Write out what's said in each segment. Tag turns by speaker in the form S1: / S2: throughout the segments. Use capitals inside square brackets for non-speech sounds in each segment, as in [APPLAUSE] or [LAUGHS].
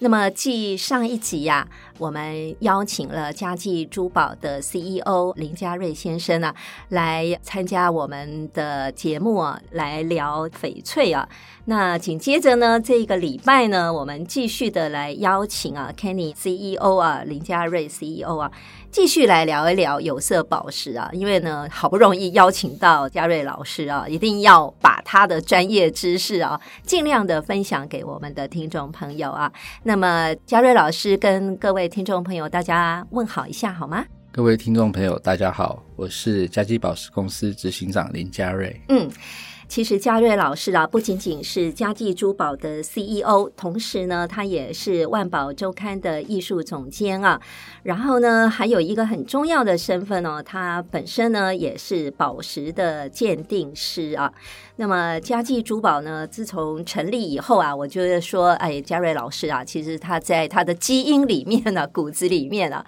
S1: 那么，继上一集呀、我们邀请了佳记珠宝的 CEO 林家瑞先生啊，来参加我们的节目啊，来聊翡翠啊。那紧接着呢，这个礼拜呢，我们继续的来邀请啊，Kenny CEO 啊，林家瑞 CEO 啊，继续来聊一聊有色宝石啊，因为呢，好不容易邀请到嘉瑞老师啊，一定要把他的专业知识啊，尽量的分享给我们的听众朋友啊。那么，嘉瑞老师跟各位听众朋友大家问好一下好吗？
S2: 各位听众朋友，大家好，我是嘉基宝石公司执行长林家瑞。
S1: 嗯，其实嘉瑞老师啊，不仅仅是嘉记珠宝的 CEO，同时呢，他也是万宝周刊的艺术总监啊。然后呢，还有一个很重要的身份哦，他本身呢也是宝石的鉴定师啊。那么嘉记珠宝呢，自从成立以后啊，我觉得说，哎，嘉瑞老师啊，其实他在他的基因里面呢、 [LAUGHS] 骨子里面啊，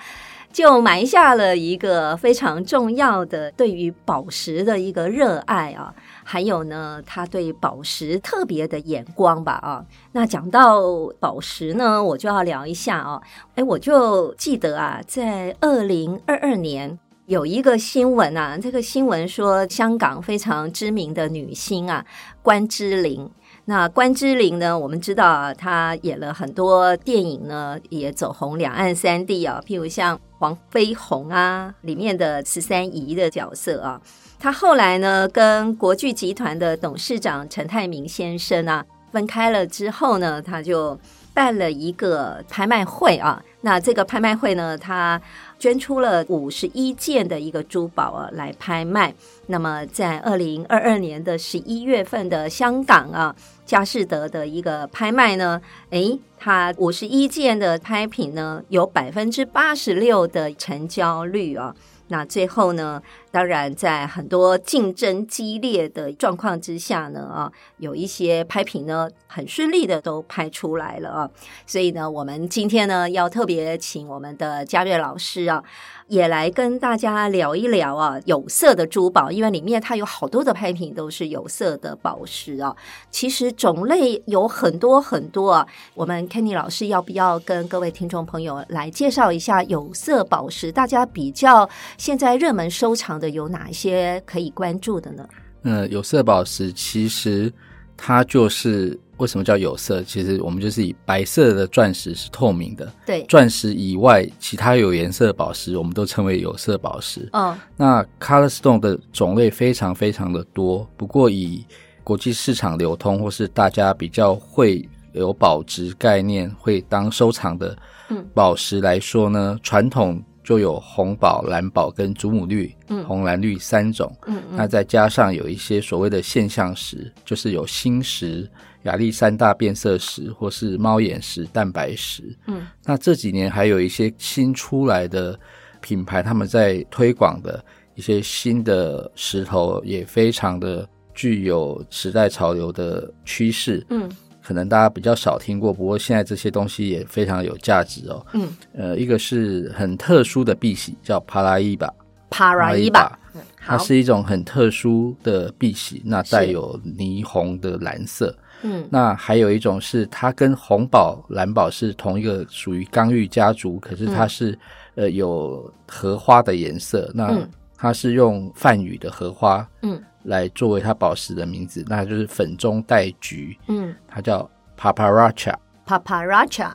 S1: 就埋下了一个非常重要的对于宝石的一个热爱啊，还有呢，他对宝石特别的眼光吧啊。那讲到宝石呢，我就要聊一下哦、哎，我就记得啊，在二零二二年。有一个新闻啊，这个新闻说香港非常知名的女星啊，关之琳。那关之琳呢，我们知道啊，她演了很多电影呢，也走红两岸三地啊，譬如像《黄飞鸿》啊里面的十三姨的角色啊。她后来呢，跟国剧集团的董事长陈泰明先生啊分开了之后呢，她就办了一个拍卖会啊。那这个拍卖会呢，她捐出了五十一件的一个珠宝啊来拍卖。那么在二零二二年的十一月份的香港啊，佳士得的一个拍卖呢，诶，它五十一件的拍品呢，有百分之八十六的成交率啊。那最后呢，当然在很多竞争激烈的状况之下呢，啊，有一些拍品呢很顺利的都拍出来了啊。所以呢，我们今天呢要特别请我们的嘉悦老师啊，也来跟大家聊一聊啊有色的珠宝，因为里面它有好多的拍品都是有色的宝石啊。其实种类有很多很多啊。我们 Kenny 老师要不要跟各位听众朋友来介绍一下有色宝石？大家比较现在热门收藏的有哪一些可以关注的呢？
S2: 嗯，有色宝石其实它就是为什么叫有色？其实我们就是以白色的钻石是透明的，
S1: 对，
S2: 钻石以外其他有颜色的宝石我们都称为有色宝石。
S1: 嗯，
S2: 那 Color Stone 的种类非常非常的多，不过以国际市场流通或是大家比较会有保值概念、会当收藏的
S1: 嗯
S2: 宝石来说呢，传统就有红宝、蓝宝跟祖母绿、
S1: 嗯
S2: 红蓝绿三种。
S1: 嗯
S2: 那
S1: 嗯
S2: 再加上有一些所谓的现象石，就是有星石、亚历山大变色石或是猫眼石、蛋白石。
S1: 嗯，
S2: 那这几年还有一些新出来的品牌，他们在推广的一些新的石头，也非常的具有时代潮流的趋势。
S1: 嗯
S2: 可能大家比较少听过，不过现在这些东西也非常有价值哦。
S1: 嗯，
S2: 呃，一个是很特殊的碧玺，叫帕拉伊巴。
S1: 帕拉伊吧，嗯
S2: 它
S1: 好，
S2: 是一种很特殊的碧玺，那带
S1: 是
S2: 有霓虹的蓝色。
S1: 嗯
S2: 那还有一种是它跟红宝、蓝宝是同一个属于刚玉家族，可是它是、呃有荷花的颜色。那
S1: 嗯
S2: 它是用梵语的荷花
S1: 嗯
S2: 来作为它宝石的名字，那就是粉中带菊，
S1: 嗯
S2: 它叫 paparacha。
S1: ，Paparacha，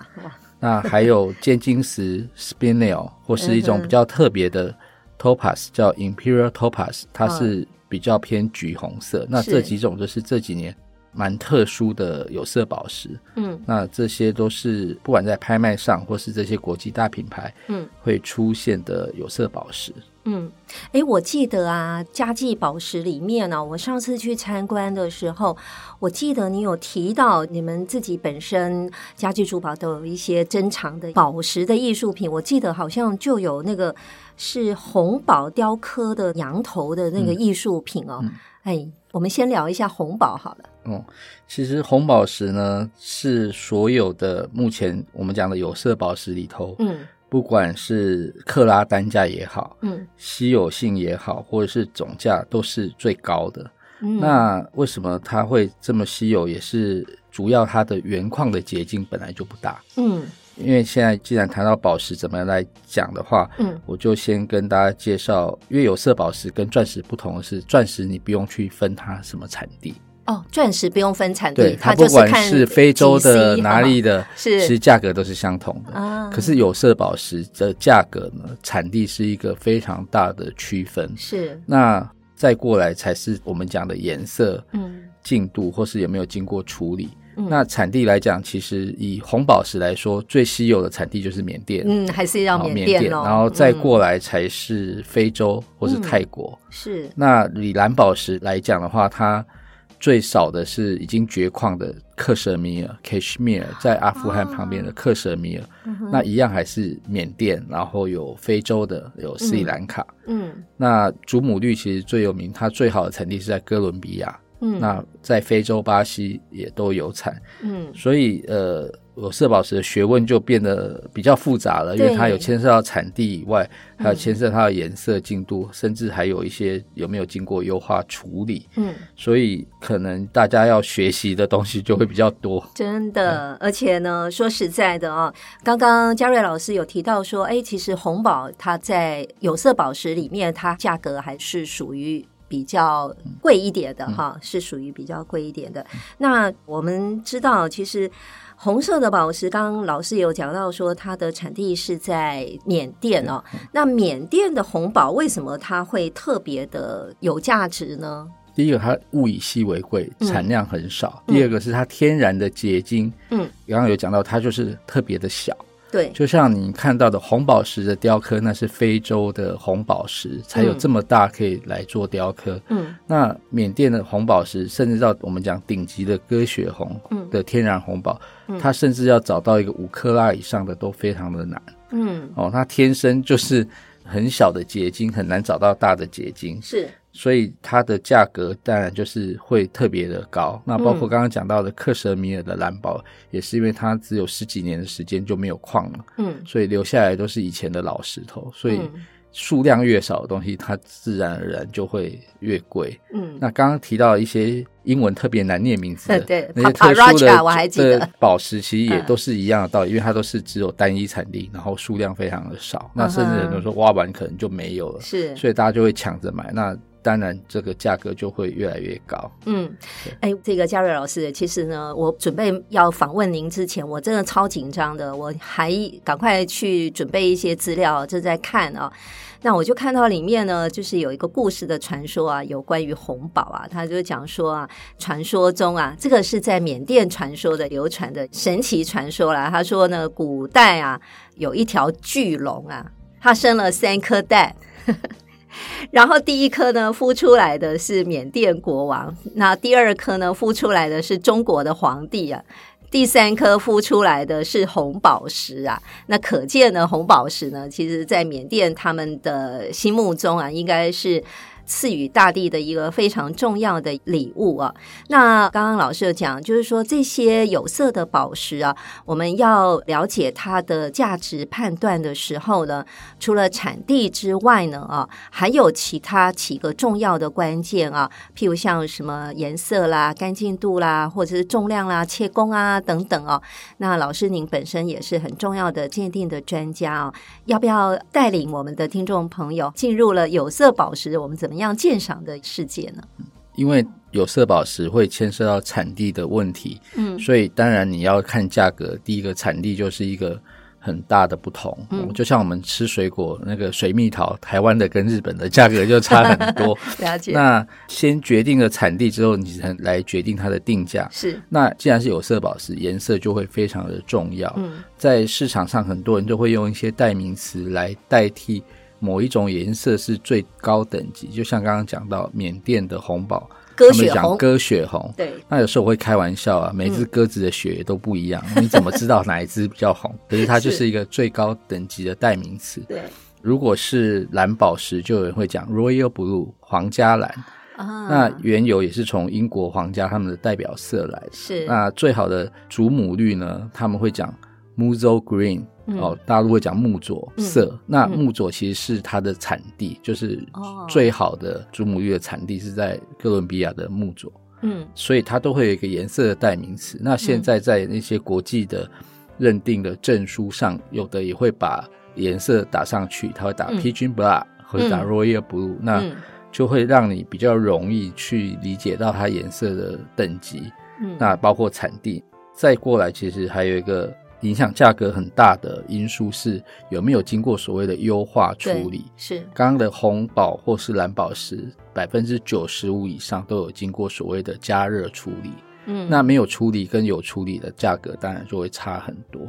S2: 那还有尖晶石 spinel 或是一种比较特别的 topaz，叫 imperial topaz，它是比较偏橘红色。那这几种就是这几年蛮特殊的有色宝石。
S1: 嗯
S2: 那这些都是不管在拍卖上，或是这些国际大品牌，
S1: 嗯，
S2: 会出现的有色宝石。
S1: 嗯，诶，我记得啊，佳绩宝石里面呢、我上次去参观的时候，我记得你有提到你们自己本身家具珠宝都有一些珍藏的宝石的艺术品，我记得好像就有那个是红宝雕刻的羊头的
S2: 嗯
S1: 那个艺术品哦。哎，我们先聊一下红宝好了。
S2: 其实红宝石呢，是所有的目前我们讲的有色宝石里头，
S1: 嗯
S2: 不管是克拉单价也好，
S1: 嗯
S2: 稀有性也好，或者是总价都是最高的。
S1: 嗯，
S2: 那为什么它会这么稀有？也是主要它的原矿的结晶本来就不大。
S1: 嗯
S2: 因为现在既然谈到宝石怎么来讲的话，
S1: 嗯
S2: 我就先跟大家介绍，因为有色宝石跟钻石不同的是，钻石你不用去分它什么产地，
S1: 哦，钻石不用分产
S2: 对
S1: 地，
S2: 它
S1: 就
S2: 不管
S1: 看
S2: 是非洲的
S1: GC
S2: 哪里的，
S1: 是
S2: 其实价格都是相同的。
S1: 啊，
S2: 可是有色宝石的价格呢，产地是一个非常大的区分。
S1: 是
S2: 那再过来才是我们讲的颜色、
S1: 嗯
S2: 进度，或是有没有经过处理。
S1: 嗯
S2: 那产地来讲，其实以红宝石来说，最稀有的产地就是缅甸。
S1: 嗯，还是要
S2: 好
S1: 缅甸咯，
S2: 然后再
S1: 嗯
S2: 过来才是非洲或是泰国。
S1: 是
S2: 那以蓝宝石来讲的话，它最少的是已经绝矿的克什米尔 （Kashmir） 在阿富汗旁边的克什米
S1: 哦
S2: 尔，那一样还是缅甸，然后有非洲的，有斯里兰卡。
S1: 嗯
S2: 那祖母绿其实最有名，它最好的产地是在哥伦比亚。
S1: 嗯
S2: 那在非洲、巴西也都有产，
S1: 嗯
S2: 所以呃，有色宝石的学问就变得比较复杂了，因
S1: 对
S2: 为它有牵涉到产地以外，还有牵涉它的颜色、进
S1: 嗯
S2: 度，甚至还有一些有没有经过优化处理，
S1: 嗯，
S2: 所以可能大家要学习的东西就会比较多。
S1: 真的，而且呢，说实在的啊、刚刚嘉瑞老师有提到说，哎，其实红宝它在有色宝石里面，它价格还是属于。比较贵一点的哈，是属于比较贵一点的。那我们知道，其实红色的宝石，刚刚老师有讲到说，它的产地是在缅甸哦。那缅甸的红宝为什么它会特别的有价值呢？
S2: 第一个，它物以稀为贵，
S1: 嗯
S2: 产量很少；
S1: 嗯
S2: 第二个是它天然的结晶，
S1: 嗯，
S2: 刚刚有讲到，它就是特别的小。
S1: 对，
S2: 就像你看到的红宝石的雕刻，那是非洲的红宝石才有
S1: 嗯
S2: 这么大可以来做雕刻。
S1: 嗯
S2: 那缅甸的红宝石，甚至到我们讲顶级的鸽血红
S1: 嗯
S2: 的天然红宝，
S1: 嗯
S2: 它甚至要找到一个五克拉以上的都非常的难
S1: 嗯，
S2: 哦。它天生就是很小的结晶，很难找到大的结晶，
S1: 是
S2: 所以它的价格当然就是会特别的高。那包
S1: 嗯
S2: 括刚刚讲到的克什米尔的蓝宝，也是因为它只有十几年的时间就没有矿了，
S1: 嗯
S2: 所以留下来都是以前的老石头，所以
S1: 嗯
S2: 数量越少的东西，它自然而然就会越贵。
S1: 嗯
S2: 那刚刚提到一些英文特别难念名字的，
S1: 对对
S2: 那些特殊
S1: Paparaja，
S2: 的
S1: 我还记得
S2: 的宝石，其实也
S1: 嗯
S2: 都是一样的道理，因为它都是只有单一产地，然后数量非常的少，那甚至
S1: 嗯哼
S2: 很多人说挖完可能就没有了，
S1: 是
S2: 所以大家就会抢着买。那当然，这个价格就会越来越高。
S1: 嗯，哎，这个嘉瑞老师，其实呢，我准备要访问您之前，我真的超紧张的，我还赶快去准备一些资料，正在看啊、那我就看到里面呢，就是有一个故事的传说啊，有关于红宝啊，他就讲说啊，传说中啊，这个是在缅甸传说的流传的神奇传说啦。他说呢，古代啊，有一条巨龙啊，它生了三颗蛋。然后第一颗呢孵出来的是缅甸国王，那第二颗呢孵出来的是中国的皇帝啊，第三颗孵出来的是红宝石啊。那可见呢，红宝石呢，其实在缅甸他们的心目中啊，应该是。赐予大地的一个非常重要的礼物啊！那刚刚老师有讲，就是说这些有色的宝石啊，我们要了解它的价值判断的时候呢，啊除了产地之外呢，啊，还有其他几个重要的关键啊，譬如像什么颜色啦、干净度啦，或者是重量啦、切工啊等等哦、那老师您本身也是很重要的鉴定的专家哦，要不要带领我们的听众朋友进入了有色宝石我们怎么样鉴赏的世界呢？
S2: 因为有色宝石会牵涉到产地的问题，
S1: 嗯
S2: 所以当然你要看价格。第一个产地就是一个很大的不同。
S1: 嗯
S2: 就像我们吃水果，那个水蜜桃，台湾的跟日本的价格就差很多。
S1: 了解，
S2: 那先决定了产地之后，你才来决定它的定价。
S1: 是，
S2: 那既然是有色宝石，颜色就会非常的重要。
S1: 嗯，
S2: 在市场上，很多人就会用一些代名词来代替某一种颜色是最高等级，就像刚刚讲到缅甸的红宝，
S1: 鸽
S2: 他们
S1: 血
S2: 讲
S1: 红，嗯
S2: 鸽血红。
S1: 对，
S2: 那有时候我会开玩笑啊，每只鸽子的血都不一样，你怎么知道哪一只比
S1: [LAUGHS]
S2: 较红？可是它就是一个最高等级的代名词。
S1: 对，
S2: 如果是蓝宝石，就有人会讲 Royal Blue 皇家蓝，
S1: 啊，
S2: 那原油也是从英国皇家他们的代表色来的。
S1: 是，
S2: 那最好的祖母绿呢，他们会讲 Muzo Green，、
S1: 嗯
S2: 哦，大陆会讲木佐色。那木佐其实是它的产地，就是
S1: 哦
S2: 最好的祖母绿的产地是在哥伦比亚的木佐，
S1: 嗯，
S2: 所以它都会有一个颜色的代名词。那现在在那些国际的认定的证书上，有的也会把颜色打上去，它会打
S1: 嗯
S2: Pigeon Blue、或者打
S1: 嗯
S2: Royal Blue，、那
S1: 嗯
S2: 就会让你比较容易去理解到它颜色的等级。
S1: 嗯，
S2: 那包括产地，再过来其实还有一个影响价格很大的因素是有没有经过所谓的优化
S1: 对
S2: 处理。
S1: 是，
S2: 刚刚的红宝或是蓝宝石，百分之九十五以上都有经过所谓的加热处理。
S1: 嗯，
S2: 那没有处理跟有处理的价格当然就会差很多。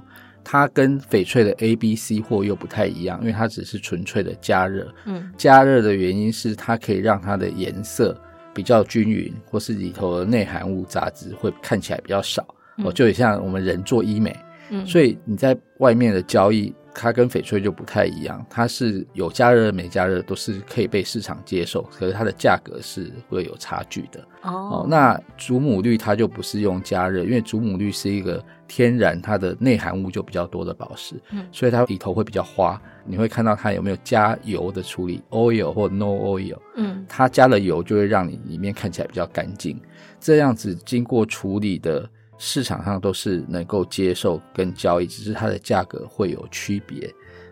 S2: 它跟翡翠的 A、B、C 货又不太一样，因为它只是纯粹的加热。
S1: 嗯
S2: 加热的原因是它可以让它的颜色比较均匀，或是里头的内含物杂质会看起来比较少。
S1: 嗯
S2: 哦，就很像我们人做医美，
S1: 嗯，
S2: 所以你在外面的交易，它跟翡翠就不太一样，它是有加热没加热都是可以被市场接受，可是它的价格是会有差距的。
S1: 哦
S2: 哦，，那祖母绿它就不是用加热，因为祖母绿是一个天然它的内含物就比较多的宝石，
S1: 嗯
S2: 所以它里头会比较花。你会看到它有没有加油的处理，oil 或 no oil，
S1: 嗯
S2: 它加了油就会让你里面看起来比较干净。这样子经过处理的市场上都是能够接受跟交易，只是它的价格会有区别。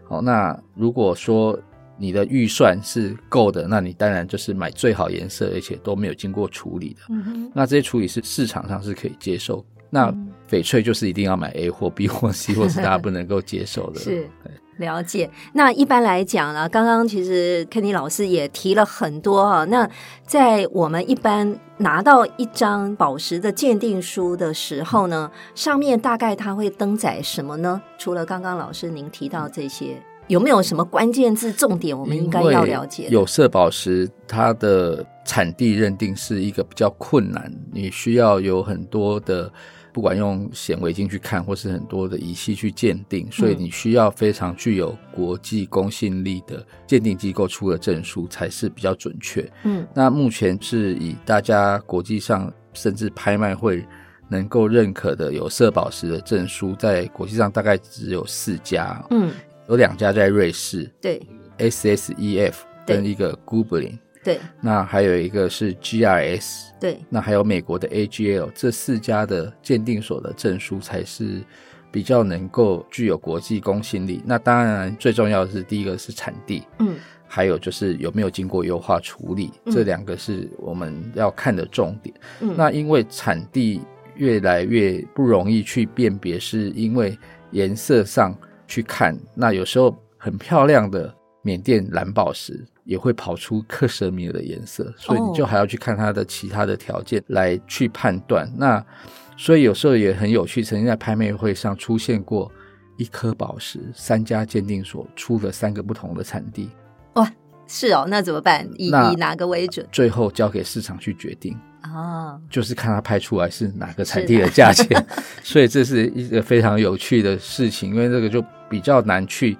S2: 好，那如果说你的预算是够的，那你当然就是买最好颜色，而且都没有经过处理的。
S1: 嗯哼，
S2: 那这些处理是市场上是可以接受。那
S1: 嗯
S2: 翡翠就是一定要买 A 或 B 或 C 或是大家不能够接受的。
S1: [LAUGHS]
S2: 哎
S1: 是
S2: 对
S1: 了解。那一般来讲呢，刚刚其实 Kenny 老师也提了很多啊。那在我们一般拿到一张宝石的鉴定书的时候呢，上面大概它会登载什么呢？除了刚刚老师您提到这些，有没有什么关键字重点我们应该要了解
S2: 因
S1: 的？
S2: 为有色宝石它的产地认定是一个比较困难，你需要有很多的，不管用显微镜去看，或是很多的仪器去鉴定，所
S1: 嗯
S2: 以你需要非常具有国际公信力的鉴定机构出的证书才是比较准确。
S1: 嗯
S2: 那目前是以大家国际上甚至拍卖会能够认可的有色宝石的证书，在国际上大概只有四家，
S1: 嗯，
S2: 有两家在瑞士
S1: 对
S2: （SSEF）
S1: 对
S2: 跟一个 g u b l i n
S1: 对
S2: 那还有一个是 GRS，
S1: 对，
S2: 那还有美国的 AGL，这四家的鉴定所的证书才是比较能够具有国际公信力。那当然最重要的是第一个是产地，
S1: 嗯
S2: 还有就是有没有经过优化处理，
S1: 嗯
S2: 这两个是我们要看的重点。
S1: 嗯，
S2: 那因为产地越来越不容易去辨别，是因为颜色上去看，那有时候很漂亮的缅甸蓝宝石也会跑出克什米尔的颜色，所以
S1: 哦
S2: 你就还要去看它的其他的条件来去判断。那所以有时候也很有趣，曾经在拍卖会上出现过。一颗宝石，三家鉴定所出了三个不同的产地，
S1: 是哦，那怎么办？以
S2: 那
S1: 以哪个为准
S2: 最后交给市场去决定。
S1: 啊？
S2: 就是看它拍出来是哪个产地的价钱， [LAUGHS] 所以这是一个非常有趣的事情，因为这个就比较难去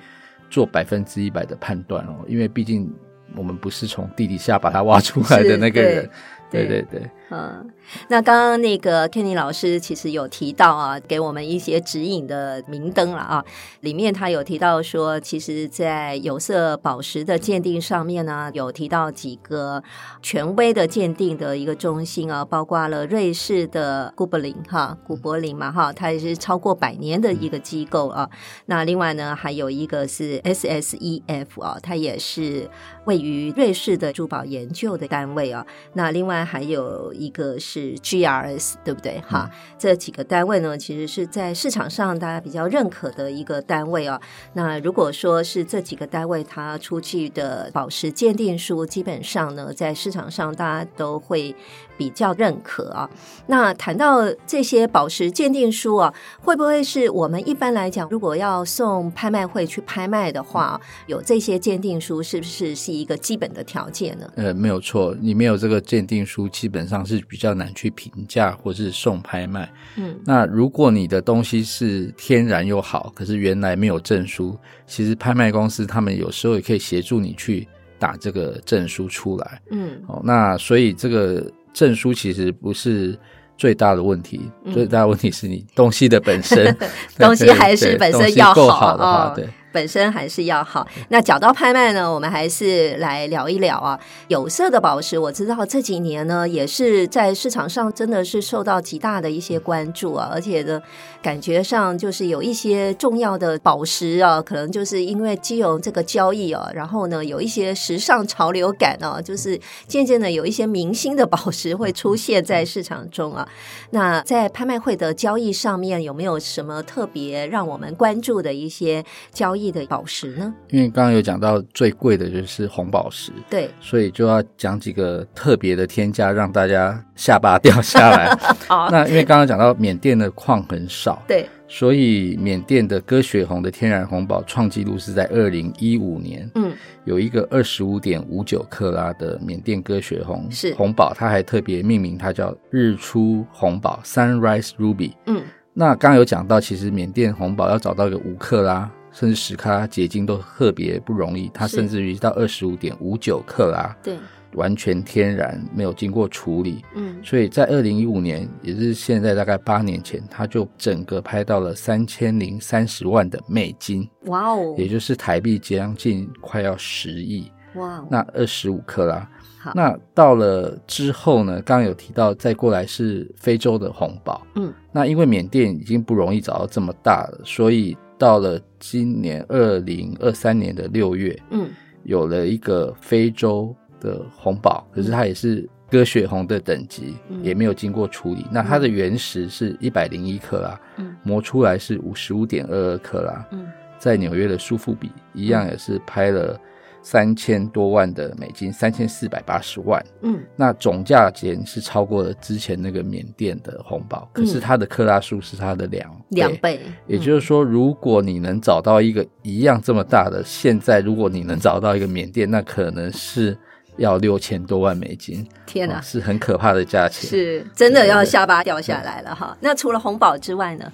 S2: 做百分之一百的判断哦，因为毕竟我们不是从地底下把它挖出来的那个人，
S1: 对
S2: 对
S1: 对
S2: 对对，
S1: 嗯，那刚刚那个 Kenny 老师其实有提到啊，给我们一些指引的明灯了啊。里面他有提到说，其实，在有色宝石的鉴定上面呢，有提到几个权威的鉴定的一个中心啊，包括了瑞士的古柏林哈，古柏林嘛哈，它也是超过百年的一个机构啊。那另外呢，还有一个是 E SSEF 啊，它也是位于瑞士的珠宝研究的单位啊。那另外外还有一个是 GRS，对不对？哈，这几个单位呢，其实是在市场上大家比较认可的一个单位哦。那如果说是这几个单位它出具的宝石鉴定书，基本上呢，在市场上大家都会比较认可啊。那谈到这些宝石鉴定书啊，会不会是我们一般来讲，如果要送拍卖会去拍卖的话，有这些鉴定书，是不是是一个基本的条件呢？
S2: 呃，没有错，你没有这个鉴定书，基本上是比较难去评价或是送拍卖。
S1: 嗯，
S2: 那如果你的东西是天然又好，可是原来没有证书，其实拍卖公司他们有时候也可以协助你去打这个证书出来。
S1: 嗯，
S2: 哦，那所以这个证书其实不是最大的问题，最大的问题是你东西的本身
S1: 嗯 [LAUGHS] 东西还是本身要
S2: 好够
S1: 好
S2: 的话
S1: 哦，
S2: 对。
S1: 本身还是要好。那讲到拍卖呢，我们还是来聊一聊啊，有色的宝石。我知道这几年呢，也是在市场上真的是受到极大的一些关注啊，而且呢，感觉上就是有一些重要的宝石啊，可能就是因为基由这个交易啊，然后呢，有一些时尚潮流感啊，就是渐渐的有一些明星的宝石会出现在市场中啊。那在拍卖会的交易上面，有没有什么特别让我们关注的一些交易的宝石呢？
S2: 因为刚刚有讲到最贵的就是红宝石，
S1: 对，
S2: 所以就要讲几个特别的天价，让大家下巴掉下来。
S1: [LAUGHS] 好，
S2: 那因为刚刚讲到缅甸的矿很少，
S1: 对，
S2: 所以缅甸的鸽血红的天然红宝创纪录是在二零一五年，
S1: 嗯，
S2: 有一个二十五点五九克拉的缅甸鸽血红
S1: 是
S2: 红宝，它还特别命名它叫日出红宝 （Sunrise Ruby）。
S1: 嗯，
S2: 那刚刚有讲到，其实缅甸红宝要找到一个五克拉甚至十克拉结晶都特别不容易，它
S1: 是
S2: 甚至于到二十五点五九克拉，
S1: 对，
S2: 完全天然没有经过处理。
S1: 嗯，
S2: 所以在二零一五年，也是现在大概八年前，他就整个拍到了三千零三十万的美金，
S1: 哇哦，
S2: 也就是台币将近快要十亿，
S1: 哇哦，
S2: 那二十五克拉
S1: 好。
S2: 那到了之后呢，刚刚有提到，再过来是非洲的红宝。
S1: 嗯，
S2: 那因为缅甸已经不容易找到这么大了，所以到了今年二零二三年的六月，
S1: 嗯，
S2: 有了一个非洲的红宝，可是它也是鸽血红的等级，
S1: 嗯
S2: 也没有经过处理。那它的原石是一百零一克拉，
S1: 嗯
S2: 磨出来是五十五点二二克拉，
S1: 嗯，
S2: 在纽约的苏富比一样也是拍了三千多万的美金，三千四百八十万。
S1: 嗯，
S2: 那总价钱是超过了之前那个缅甸的红宝，可是它的克拉数是它的两
S1: 嗯两倍，嗯
S2: 也就是说，如果你能找到一个一样这么大的，现在如果你能找到一个缅甸，那可能是要六千多万美金，
S1: 嗯天
S2: 哦
S1: 哪！
S2: 是很可怕的价钱。，
S1: 是真的要下巴掉下来了哈。那除了红宝之外呢？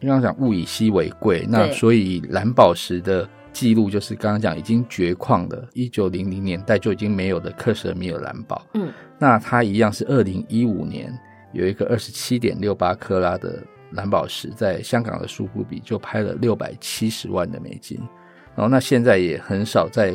S2: 刚刚讲物以稀为贵，那
S1: 对
S2: 所以蓝宝石的记录就是刚刚讲已经绝矿的，一九零零年代就已经没有的克什米尔蓝宝。
S1: 嗯，
S2: 那它一样是二零一五年有一个二十七点六八克拉的蓝宝石，在香港的苏富比就拍了六百七十万的美金，然后那现在也很少再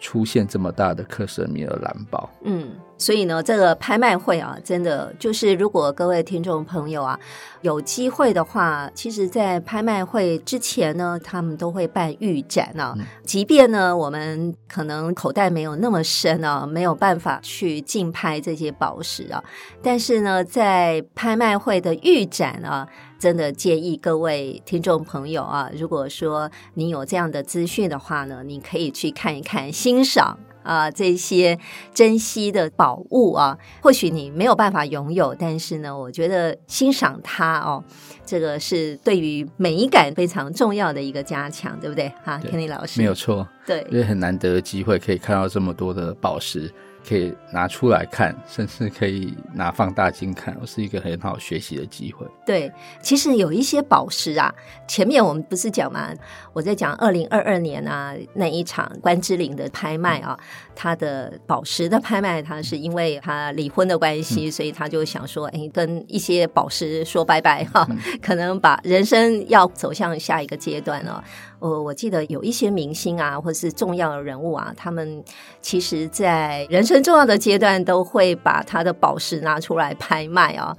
S2: 出现这么大的克什米尔蓝宝。
S1: 嗯，所以呢，这个拍卖会啊，真的就是如果各位听众朋友啊有机会的话，其实，在拍卖会之前呢，他们都会办预展啊。即便呢，我们可能口袋没有那么深啊，没有办法去竞拍这些宝石啊，但是呢，在拍卖会的预展啊，真的建议各位听众朋友啊，如果说你有这样的资讯的话呢，你可以去看一看，欣赏。啊、这些珍稀的宝物啊，或许你没有办法拥有，但是呢，我觉得欣赏它哦，这个是对于美感非常重要的一个加强，对不对？哈、
S2: 对
S1: k e n n y 老师
S2: 没有错，
S1: 对
S2: 因为很难得的机会可以看到这么多的宝石，可以拿出来看，甚至可以拿放大镜看，是一个很好学习的机会。
S1: 对，其实有一些宝石啊，前面我们不是讲嘛，我在讲二零二二年啊那一场关之琳的拍卖啊，她的宝石的拍卖，她是因为她离婚的关系，所以她就想说，哎，跟一些宝石说拜拜哈、可能把人生要走向下一个阶段哦、呃，我记得有一些明星啊，或是重要的人物啊，他们其实在人生重要的阶段都会把他的宝石拿出来拍卖啊。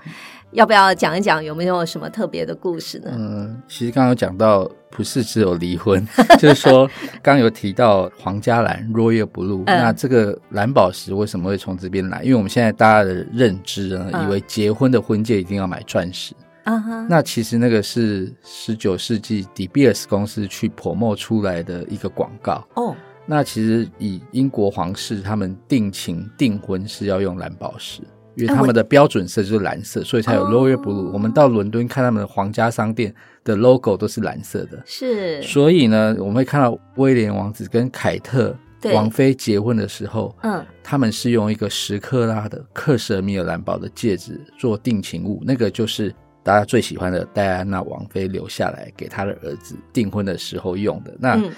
S1: 要不要讲一讲有没有什么特别的故事呢？
S2: 嗯，其实刚刚有讲到，不是只有离婚， [LAUGHS] 就是说刚有提到皇家蓝 （Royal Blue），、
S1: 嗯
S2: 那这个蓝宝石为什么会从这边来？因为我们现在大家的认知呢，
S1: 嗯
S2: 以为结婚的婚戒一定要买钻石，
S1: 啊哈，
S2: 那其实那个是十九世纪 De Beers 公司去 promo 出来的一个广告。
S1: 哦，
S2: 那其实以英国皇室他们定情订婚是要用蓝宝石，因为
S1: 哎
S2: 他们的标准色就是蓝色，所以才有
S1: 哦
S2: Royal Blue。我们到伦敦看他们的皇家商店的 logo 都是蓝色的，
S1: 是，
S2: 所以呢，我们会看到威廉王子跟凯特
S1: 对
S2: 王妃结婚的时候，
S1: 嗯，
S2: 他们是用一个十克拉的克什米尔蓝宝的戒指做定情物，那个就是大家最喜欢的戴安娜王妃留下来给她的儿子订婚的时候用的。那、
S1: 嗯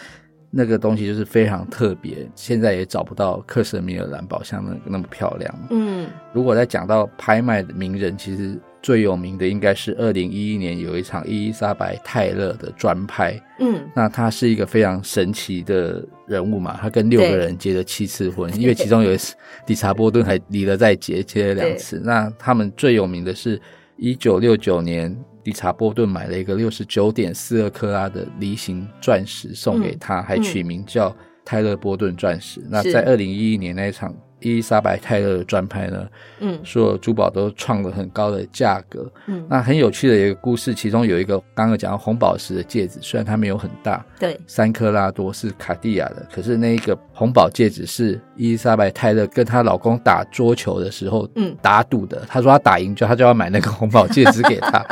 S2: 那个东西就是非常特别，现在也找不到克什米尔蓝宝像那那么漂亮。
S1: 嗯，
S2: 如果再讲到拍卖的名人，其实最有名的应该是二零一一年有一场伊丽莎白泰勒的专拍，
S1: 嗯，
S2: 那他是一个非常神奇的人物嘛，他跟六个人结了七次婚，因为其中有一次理查波顿还离了再结，结了两次。那他们最有名的是，一九六九年，理查波顿买了一个六十九点四二克拉的梨形钻石送给他，还取名叫泰勒波顿钻石。那在二零一一年那一场伊丽莎白泰勒的专拍呢，
S1: 嗯，
S2: 所有珠宝都创了很高的价格。
S1: 嗯，
S2: 那很有趣的一个故事，其中有一个刚刚有讲到红宝石的戒指，虽然它没有很大，
S1: 对，
S2: 三克拉多是卡地亚的，可是那一个红宝戒指是伊丽莎白泰勒跟她老公打桌球的时候，
S1: 嗯
S2: 打赌的。她说她打赢就她就要买那个红宝戒指给
S1: [LAUGHS]
S2: 他，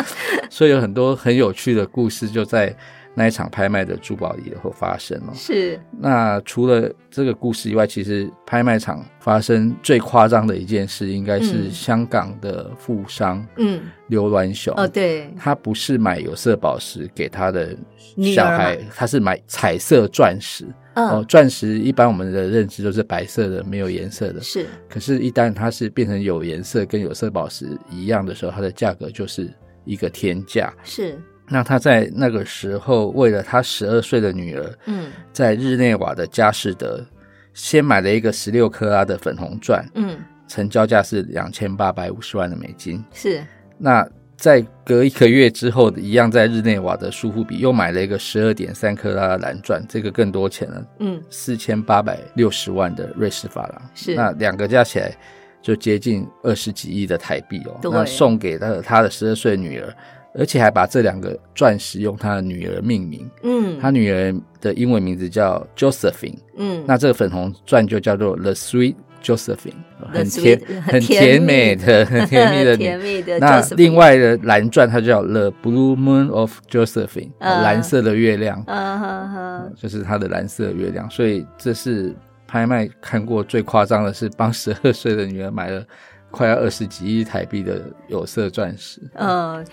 S2: 所以有很多很有趣的故事就在那一场拍卖的珠宝里头发生哦。
S1: 是，
S2: 那除了这个故事以外，其实拍卖场发生最夸张的一件事，应该是
S1: 嗯
S2: 香港的富商
S1: 嗯，
S2: 刘銮雄
S1: 哦，对，
S2: 他不是买有色宝石给他的
S1: 女
S2: 小
S1: 儿
S2: 孩，他是买彩色钻石。哦
S1: 嗯，，
S2: 钻石一般我们的认知都是白色的，没有颜色的。
S1: 是，
S2: 可是，一旦它是变成有颜色跟有色宝石一样的时候，它的价格就是一个天价。
S1: 是，
S2: 那他在那个时候，为了他十二岁的女儿，
S1: 嗯，
S2: 在日内瓦的佳士得先买了一个十六克拉的粉红钻，
S1: 嗯，
S2: 成交价是两千八百五十万的美金。
S1: 是，
S2: 那在隔一个月之后，一样在日内瓦的苏富比又买了一个十二点三克拉的蓝钻，这个更多钱了，
S1: 嗯，
S2: 四千八百六十万的瑞士法郎。
S1: 是
S2: 那两个加起来就接近二十几亿的台币哦。
S1: 对
S2: 那送给他的他的十二岁女儿，而且还把这两个钻石用他的女儿命名，
S1: 嗯，
S2: 他女儿的英文名字叫 Josephine。
S1: 嗯，
S2: 那这个粉红钻就叫做 The Sweet Josephine，很
S1: Sweet-
S2: 甜
S1: 很
S2: 很
S1: 甜
S2: 甜
S1: 蜜
S2: 美的很甜蜜的
S1: [LAUGHS]
S2: 女
S1: 甜蜜的
S2: 那
S1: Josephine
S2: 另外的蓝钻，它叫 The Blue Moon of Josephine，、
S1: 嗯
S2: 蓝色的月亮，
S1: 嗯哼哼，
S2: 就是它的蓝色月亮。所以这是拍卖看过最夸张的是，帮十二岁的女儿买了快要二十几亿台币的有色钻石。
S1: 嗯，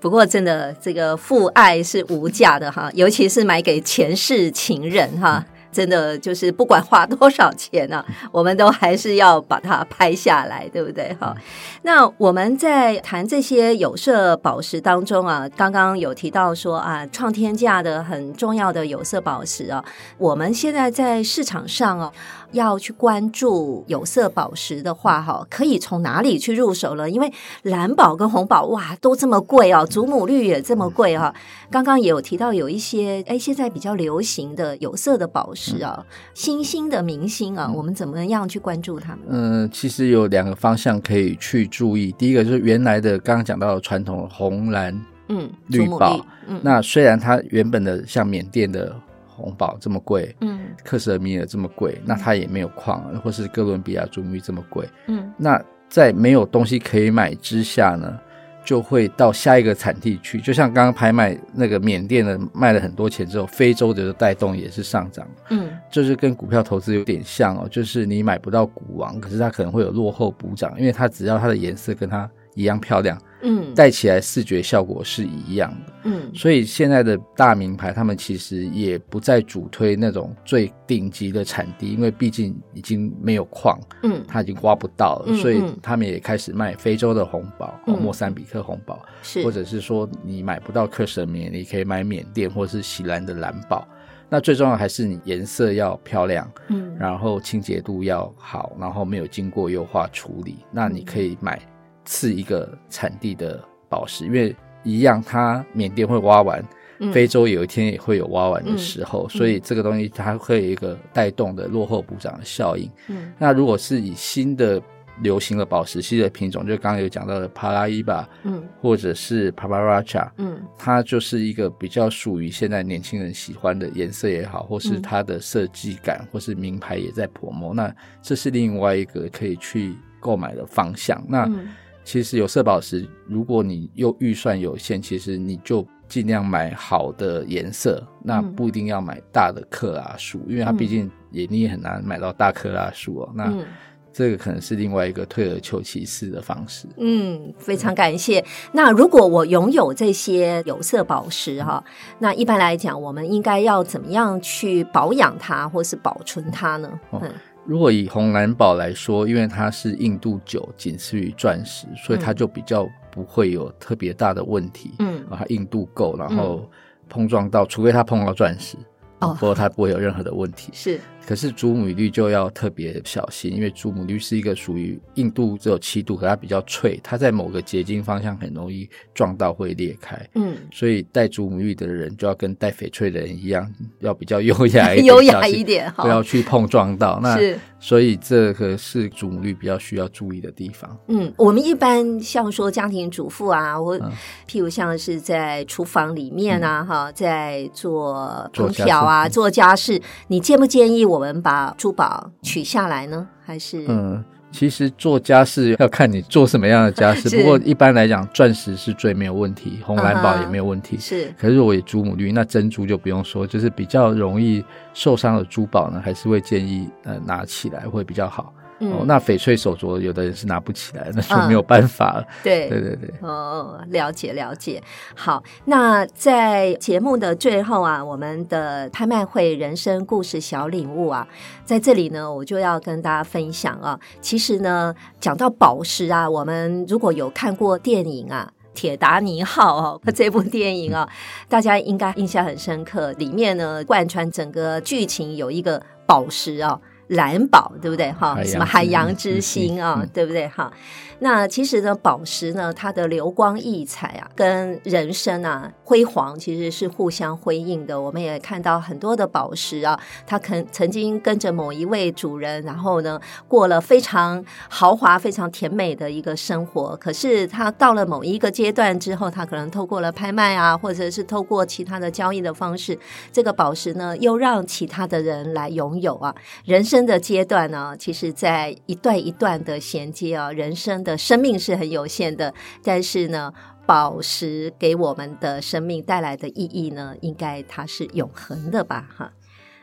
S1: 不过真的，这个父爱是无价的哈，尤其是买给前世情人哈。真的就是不管花多少钱呢、啊我们都还是要把它拍下来，对不对？哈，那我们在谈这些有色宝石当中啊，刚刚有提到说啊，创天价的很重要的有色宝石啊，我们现在在市场上哦、要去关注有色宝石的话、哈，可以从哪里去入手呢？因为蓝宝跟红宝哇都这么贵哦，祖母绿也这么贵哈、刚刚也有提到有一些哎，现在比较流行的有色的宝石啊，新兴的明星啊，我们怎么样去关注他们？
S2: 嗯，其实有两个方向可以去注意。第一个就是原来的刚刚讲到的传统红蓝
S1: 嗯，祖
S2: 绿
S1: 母
S2: 宝
S1: 绿，嗯，
S2: 那虽然它原本的像缅甸的红宝这么贵，
S1: 嗯
S2: 克什米尔这么贵，那它也没有矿，或是哥伦比亚珠穆玉这么贵。
S1: 嗯
S2: 那在没有东西可以买之下呢，就会到下一个产地去。就像刚刚拍卖那个缅甸的卖了很多钱之后，非洲的带动也是上涨，
S1: 嗯，
S2: 就是跟股票投资有点像哦，就是你买不到股王，可是它可能会有落后补涨，因为它只要它的颜色跟它一样漂亮，
S1: 嗯
S2: 戴起来视觉效果是一样的。
S1: 嗯
S2: 所以现在的大名牌，他们其实也不再主推那种最顶级的产地，因为毕竟已经没有矿，
S1: 嗯，
S2: 它已经挖不到了，
S1: 嗯
S2: 所以
S1: 嗯
S2: 他们也开始卖非洲的红宝、
S1: 嗯
S2: 哦莫桑比克红宝，
S1: 是
S2: 或者是说你买不到克什米，你可以买缅甸或是喜兰的蓝宝。那最重要还是你颜色要漂亮，
S1: 嗯
S2: 然后清洁度要好，然后没有经过优化处理，那你可以买次一个产地的宝石，因为一样，它缅甸会挖完，
S1: 嗯
S2: 非洲有一天也会有挖完的
S1: 嗯
S2: 时候，所以这个东西它会有一个带动的落后补涨的效应。
S1: 嗯
S2: 那如果是以新的流行的宝石系的品种，就刚刚有讲到的帕拉伊巴
S1: 嗯
S2: 或者是帕巴拉恰，
S1: 嗯
S2: 它就是一个比较属于现在年轻人喜欢的颜色也好，或是
S1: 嗯
S2: 它的设计感，或是名牌也在泼墨。那这是另外一个可以去购买的方向。那
S1: 嗯
S2: 其实有色宝石，如果你又预算有限，其实你就尽量买好的颜色，那
S1: 嗯
S2: 不一定要买大的克拉数，因为它
S1: 嗯
S2: 毕竟也你也很难买到大克拉数哦。那
S1: 嗯。
S2: 这个可能是另外一个退而求其次的方式。
S1: 嗯，非常感谢。那如果我拥有这些有色宝石哈、那一般来讲，我们应该要怎么样去保养它，或是保存它呢？
S2: 哦
S1: 嗯
S2: 如果以红蓝宝来说，因为它是硬度久，仅次于钻石，所以它
S1: 嗯
S2: 就比较不会有特别大的问题。
S1: 嗯，
S2: 啊，它硬度够，然后碰撞到，除非它碰到钻石，
S1: 哦
S2: 不过它不会有任何的问题。
S1: 是，
S2: 可是祖母绿就要特别小心，因为祖母绿是一个属于硬度只有七度，可它比较脆，它在某个结晶方向很容易撞到会裂开。
S1: 嗯，
S2: 所以戴祖母绿的人就要跟戴翡翠的人一样，要比较优雅一
S1: [LAUGHS]
S2: 点，
S1: 优雅
S2: 小心
S1: 一点哈
S2: 不要去碰撞到。那
S1: 是，
S2: 所以这个是祖母绿比较需要注意的地方。
S1: 嗯，我们一般像说家庭主妇啊，或
S2: 嗯
S1: 譬如像是在厨房里面啊，哈、在做
S2: 做
S1: 烹
S2: 家
S1: 调啊，
S2: 事嗯
S1: 做家事，你建不建议我们把珠宝取下来呢？还是，
S2: 嗯，其实做家事要看你做什么样的家
S1: [LAUGHS]
S2: 事，
S1: 是
S2: 不过一般来讲，钻石是最没有问题，红蓝
S1: 嗯
S2: 宝
S1: 哼
S2: 也没有问题。
S1: 是，
S2: 可是我也祖母绿，那珍珠就不用说，就是比较容易受伤的珠宝呢，还是会建议呃拿起来会比较好。
S1: 嗯，啊
S2: 哦，那翡翠手镯有的人是拿不起来，那就没有办法了。
S1: 对
S2: 对对对。
S1: 哦，了解了解。好，那在节目的最后啊，我们的拍卖会人生故事小领悟啊，在这里呢，我就要跟大家分享啊。其实呢，讲到宝石啊，我们如果有看过电影啊。铁达尼号哦， [LAUGHS] 这部电影啊，大家应该印象很深刻。里面呢，贯穿整个剧情有一个宝石哦，蓝宝，对不对哈？
S2: 海洋
S1: 什么海
S2: 之
S1: 洋
S2: 心
S1: 之
S2: 之
S1: 心
S2: 心
S1: 啊、
S2: 嗯
S1: 对不对哈？那其实呢，宝石呢，它的流光溢彩啊，跟人生啊辉煌其实是互相辉映的。我们也看到很多的宝石啊，它肯曾经跟着某一位主人，然后呢，过了非常豪华、非常甜美的一个生活。可是它到了某一个阶段之后，它可能透过了拍卖啊，或者是透过其他的交易的方式，这个宝石呢，又让其他的人来拥有啊。人生的阶段呢、其实，在一段一段的衔接啊，人生的生命是很有限的，但是呢，宝石给我们的生命带来的意义呢，应该它是永恒的吧？哈，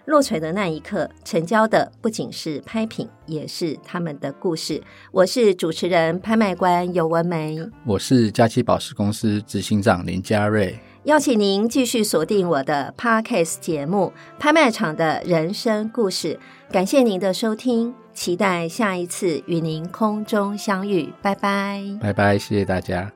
S1: 落锤的那一刻，成交的不仅是拍品，也是他们的故事。我是主持人、拍卖官尤文梅。
S2: 我是佳期宝石公司执行长林嘉瑞，
S1: 邀请您继续锁定我的 Podcast 节目《拍卖场的人生故事》。感谢您的收听，期待下一次与您空中相遇。拜拜。
S2: 拜拜，谢谢大家。